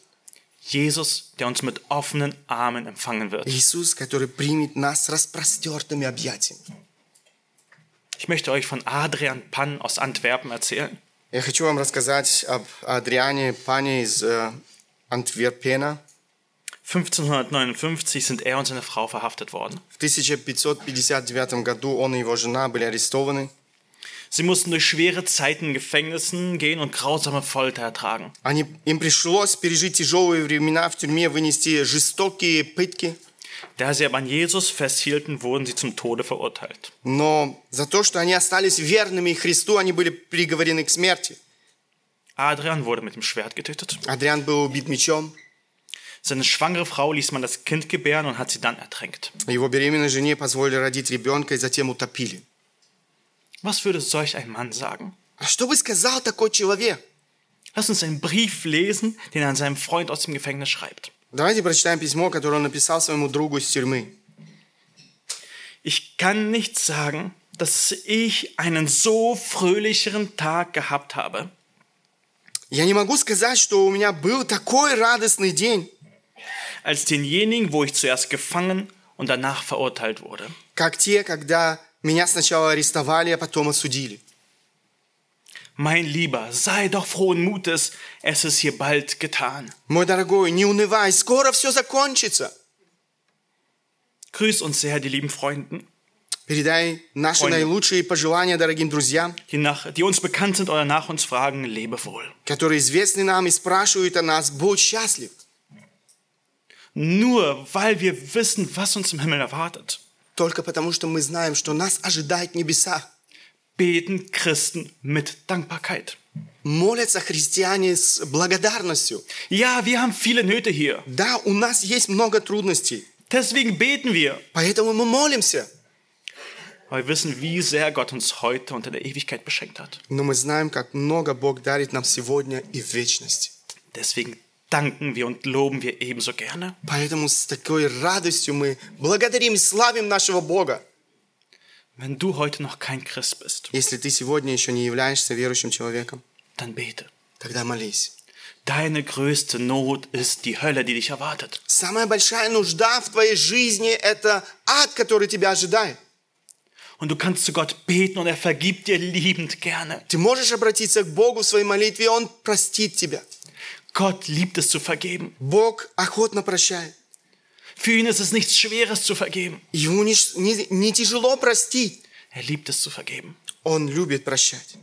S1: Jesus, der uns mit offenen Armen empfangen wird.
S2: Иисус, который примет нас с распростертыми объятиями.
S1: Ich möchte euch von Adrian Pann aus Antwerpen erzählen.
S2: Я хочу вам рассказать об Адриане Пане из э, Антверпена.
S1: 1559 sind er und seine Frau verhaftet worden.
S2: В 1559 году он и его жена были арестованы.
S1: Sie mussten durch schwere Zeiten in Gefängnissen gehen und grausame Folter ertragen.
S2: Они, им пришлось пережить тяжелые времена в тюрьме, вынести жестокие пытки.
S1: Da sie aber an Jesus festhielten, wurden sie zum Tode verurteilt.
S2: Но за то, что они остались верными Христу, они были приговорены к смерти.
S1: Adrian wurde mit dem Schwert getötet.
S2: Адриан был убит мечом.
S1: Seine schwangere Frau ließ man das Kind gebären und hat sie dann ertränkt.
S2: Его беременной жене позволили родить ребенка и затем утопили.
S1: Was würde solch ein Mann sagen?
S2: А что бы сказал такой человек?
S1: Lass uns einen Brief lesen, den er an seinen Freund aus dem Gefängnis schreibt.
S2: Давайте прочитаем письмо, которое он написал своему другу из тюрьмы.
S1: Ich kann nicht sagen, dass ich einen so fröhlicheren Tag gehabt habe.
S2: Я не могу сказать, что у меня был такой радостный день,
S1: als denjenigen, wo ich zuerst gefangen und danach verurteilt wurde.
S2: как те, когда меня сначала арестовали, а потом осудили.
S1: Mein Lieber, sei doch frohen Mutes, es ist hier bald getan.
S2: Мой дорогой, не унывай, скоро все закончится.
S1: Grüß uns sehr, die lieben Freunden,
S2: Передай наши
S1: Понял.
S2: наилучшие пожелания дорогим друзьям,
S1: die, nach, die uns bekannt sind oder nach uns fragen, lebe wohl.
S2: которые известны нам и спрашивают о нас, будь счастлив.
S1: Nur weil wir wissen, was uns im Himmel erwartet,
S2: Только потому, что мы знаем, что нас ожидает небеса.
S1: beten Christen mit Dankbarkeit.
S2: Молятся христиане с благодарностью.
S1: Ja, wir haben viele Nöte hier.
S2: Да, у нас есть много трудностей,
S1: Deswegen beten wir,
S2: поэтому мы молимся.
S1: weil wir wissen, wie sehr Gott uns heute und in der Ewigkeit beschenkt hat.
S2: Но мы знаем, как много Бог дарит нам сегодня и в вечности.
S1: Deswegen danken wir und loben wir ebenso gerne.
S2: Поэтому с такой радостью мы благодарим и славим нашего Бога.
S1: Wenn du heute noch kein Christ bist,
S2: Если ты сегодня еще не являешься верующим человеком,
S1: dann bete.
S2: тогда молись.
S1: Deine größte Not ist die Hölle, die dich erwartet.
S2: Самая большая нужда в твоей жизни – это ад, который тебя ожидает.
S1: Und du kannst zu Gott beten und er vergibt dir liebend gerne.
S2: Ты можешь обратиться к Богу в своей молитве, и Он простит тебя.
S1: Gott liebt es zu vergeben.
S2: Бог охотно прощает.
S1: Für ihn ist es nichts Schweres zu vergeben.
S2: Ему не, ш- не- не тяжело простить.
S1: Er liebt es zu vergeben.
S2: Он любит прощать.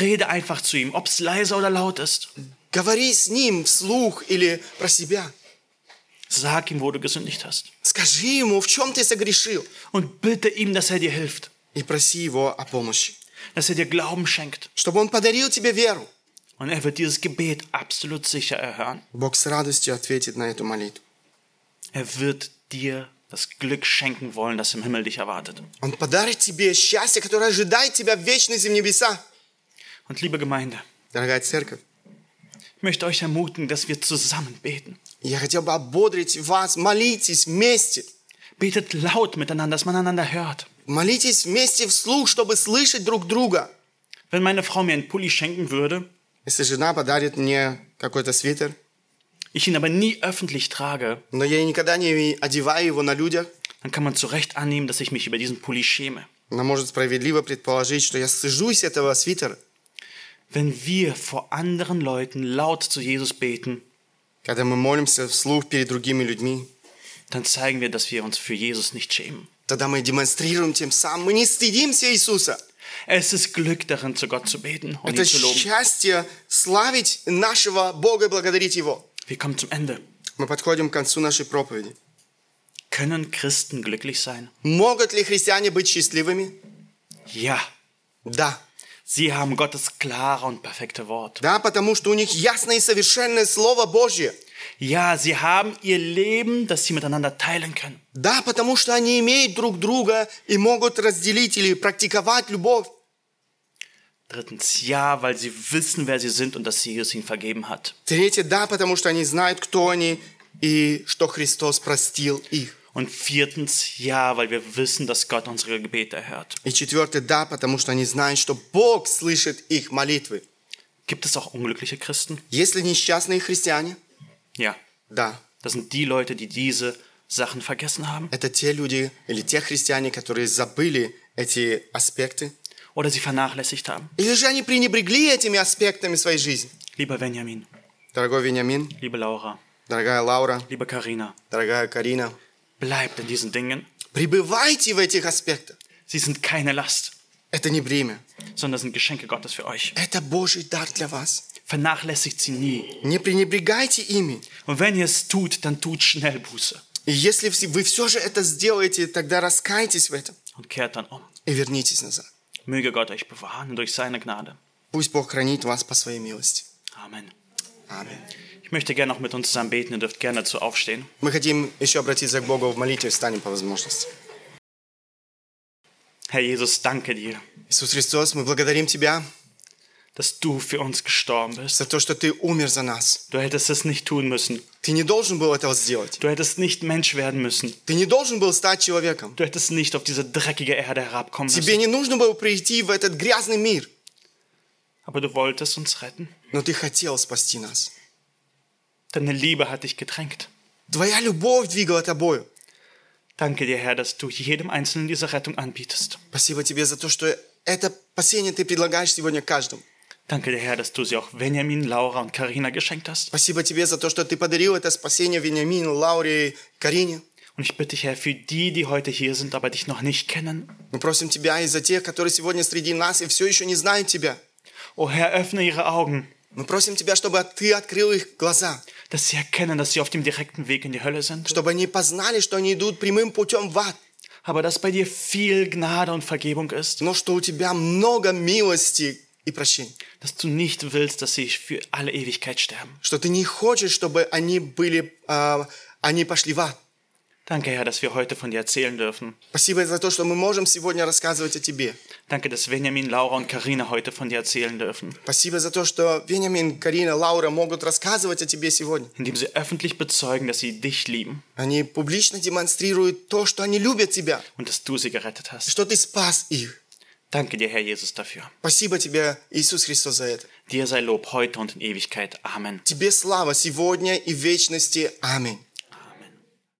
S1: Rede einfach zu ihm, ob es leise oder laut ist.
S2: Говори с Ним вслух или про себя.
S1: Sag ihm, wo du gesündigt hast.
S2: Скажи Ему, в чем ты согрешил.
S1: Und bitte ihm, dass er dir hilft,
S2: И проси Его о помощи.
S1: dass er dir Glauben schenkt.
S2: Чтобы Он подарил тебе веру.
S1: Und er wird dieses Gebet absolut sicher erhören.
S2: Бог с радостью ответит на эту молитву.
S1: Er wird dir das Glück schenken wollen, das im Himmel dich erwartet.
S2: Он подарит тебе счастье, которое ожидает тебя в вечности в небеса.
S1: Und liebe Gemeinde,
S2: Дорогая церковь,
S1: Ich möchte euch ermutigen, dass wir zusammen beten.
S2: я хотел бы ободрить вас. Молитесь вместе.
S1: Betet laut miteinander, dass man einander hört.
S2: Молитесь вместе вслух, чтобы слышать друг друга.
S1: Wenn meine Frau mir einen Pulli schenken würde,
S2: Если жена подарит мне какой-то свитер,
S1: ich ihn aber nie öffentlich trage,
S2: но я никогда не одеваю его на людях,
S1: dann kann man zu Recht annehmen, dass ich mich über diesen Pulli schäme.
S2: она может справедливо предположить, что я стыжусь этого свитера.
S1: Wenn wir vor anderen Leuten laut zu Jesus beten,
S2: Когда мы молимся вслух перед другими людьми,
S1: dann zeigen wir, dass wir uns für Jesus nicht schämen.
S2: Тогда мы демонстрируем тем самым, мы не стыдимся Иисуса.
S1: Es ist Glück darin, zu Gott zu beten und
S2: Это
S1: ihn zu loben.
S2: счастье славить нашего Бога и благодарить Его.
S1: Wir kommen zum Ende.
S2: Мы подходим к концу нашей проповеди.
S1: Können Christen glücklich sein?
S2: Могут ли христиане быть счастливыми?
S1: Ja.
S2: Да.
S1: Sie haben Gottes klare und perfekte Wort.
S2: Да, потому что у них ясное и совершенное Слово Божье.
S1: Ja, sie haben ihr Leben, das sie miteinander teilen können.
S2: Да, потому что они имеют друг друга и могут разделить или практиковать любовь.
S1: Drittens, ja, weil sie wissen, wer sie sind und dass Jesus ihnen vergeben hat.
S2: Третье, да, потому что они знают, кто они и что Христос простил их.
S1: Und viertens, ja, weil wir wissen, dass Gott unsere Gebete erhört.
S2: И четвертое, да, потому что они знают, что Бог слышит их молитвы.
S1: Gibt es auch unglückliche Christen?
S2: Если несчастные христиане,
S1: Ja.
S2: да,
S1: Das sind die Leute, die diese Sachen vergessen haben.
S2: это те люди или те христиане, которые забыли эти аспекты.
S1: Oder sie vernachlässigt haben.
S2: Или же они пренебрегли этими аспектами своей жизни.
S1: Lieber Benjamin,
S2: Дорогой Вениамин,
S1: liebe Laura,
S2: дорогая Лаура,
S1: liebe Karina,
S2: дорогая Карина,
S1: bleibt in diesen Dingen.
S2: пребывайте в этих аспектах.
S1: Sie sind keine Last,
S2: Это не бремя.
S1: sondern sind Geschenke Gottes für euch.
S2: Это Божий дар для вас.
S1: Vernachlässigt sie nie.
S2: Не пренебрегайте ими.
S1: Und wenn ihr es tut, dann tut schnell Buße
S2: И если вс- вы все же это сделаете, тогда раскайтесь в этом
S1: und kehrt dann um.
S2: и вернитесь назад.
S1: Möge Gott euch bewahren durch seine Gnade.
S2: Пусть Бог хранит вас по своей милости.
S1: Amen.
S2: Аминь.
S1: Ich möchte gerne noch mit uns zusammen beten. Ihr dürft gerne dazu aufstehen.
S2: Мы хотим еще обратиться к Богу в молитве, встанем по возможности.
S1: Herr Jesus, danke dir,
S2: Иисус Христос, мы благодарим Тебя
S1: dass du für uns gestorben bist.
S2: за то, что Ты умер за нас.
S1: Du hättest es nicht tun müssen.
S2: Ты не должен был этого сделать.
S1: Du hättest nicht Mensch werden müssen.
S2: Ты не должен был стать человеком.
S1: Du hättest nicht auf diese dreckige Erde herabkommen
S2: Тебе
S1: müssen.
S2: не нужно было прийти в этот грязный мир.
S1: Aber du wolltest uns retten.
S2: Но Ты хотел спасти нас.
S1: Deine Liebe hat dich getränkt.
S2: Твоя любовь двигала Тобою.
S1: Danke dir, Herr, dass du jedem Einzelnen diese Rettung anbietest.
S2: Спасибо Тебе за то, что это спасение Ты предлагаешь сегодня каждому.
S1: Danke dir, Herr, dass du sie auch Benjamin, Laura und Karina geschenkt hast.
S2: Спасибо Тебе за то, что Ты подарил это спасение Вениамину, Лауре и Карине.
S1: Und ich bitte dich, Herr, für die, die heute hier sind, aber dich noch nicht kennen.
S2: Мы просим Тебя и за тех, которые сегодня среди нас и все еще не знают Тебя.
S1: O Herr, öffne ihre Augen,
S2: Мы просим Тебя, чтобы Ты открыл их глаза,
S1: dass sie erkennen, dass sie auf dem direkten Weg in die Hölle sind.
S2: чтобы они познали, что они идут прямым путем в ад,
S1: Aber dass bei dir viel Gnade und Vergebung ist.
S2: но что у Тебя много милости и прощения,
S1: Dass du nicht willst, dass sie für alle Ewigkeit sterben.
S2: что Ты не хочешь, чтобы они были, а, они пошли в ад.
S1: Danke, Herr, dass wir heute von dir erzählen dürfen.
S2: Спасибо за то, что мы можем сегодня рассказывать о Тебе.
S1: Danke, dass Benjamin, Laura und Karina heute von dir erzählen dürfen.
S2: Спасибо за то, что Вениамин, Карина, Лаура могут рассказывать о Тебе сегодня.
S1: Indem sie öffentlich bezeugen, dass sie dich lieben
S2: Они публично демонстрируют то, что они любят Тебя,
S1: und dass du sie gerettet hast.
S2: что Ты спас их.
S1: Danke dir, Herr Jesus, dafür.
S2: Спасибо Тебе, Иисус Христос, за это.
S1: Dir sei Lob heute und in Ewigkeit. Amen.
S2: Тебе слава сегодня и в вечности. Аминь.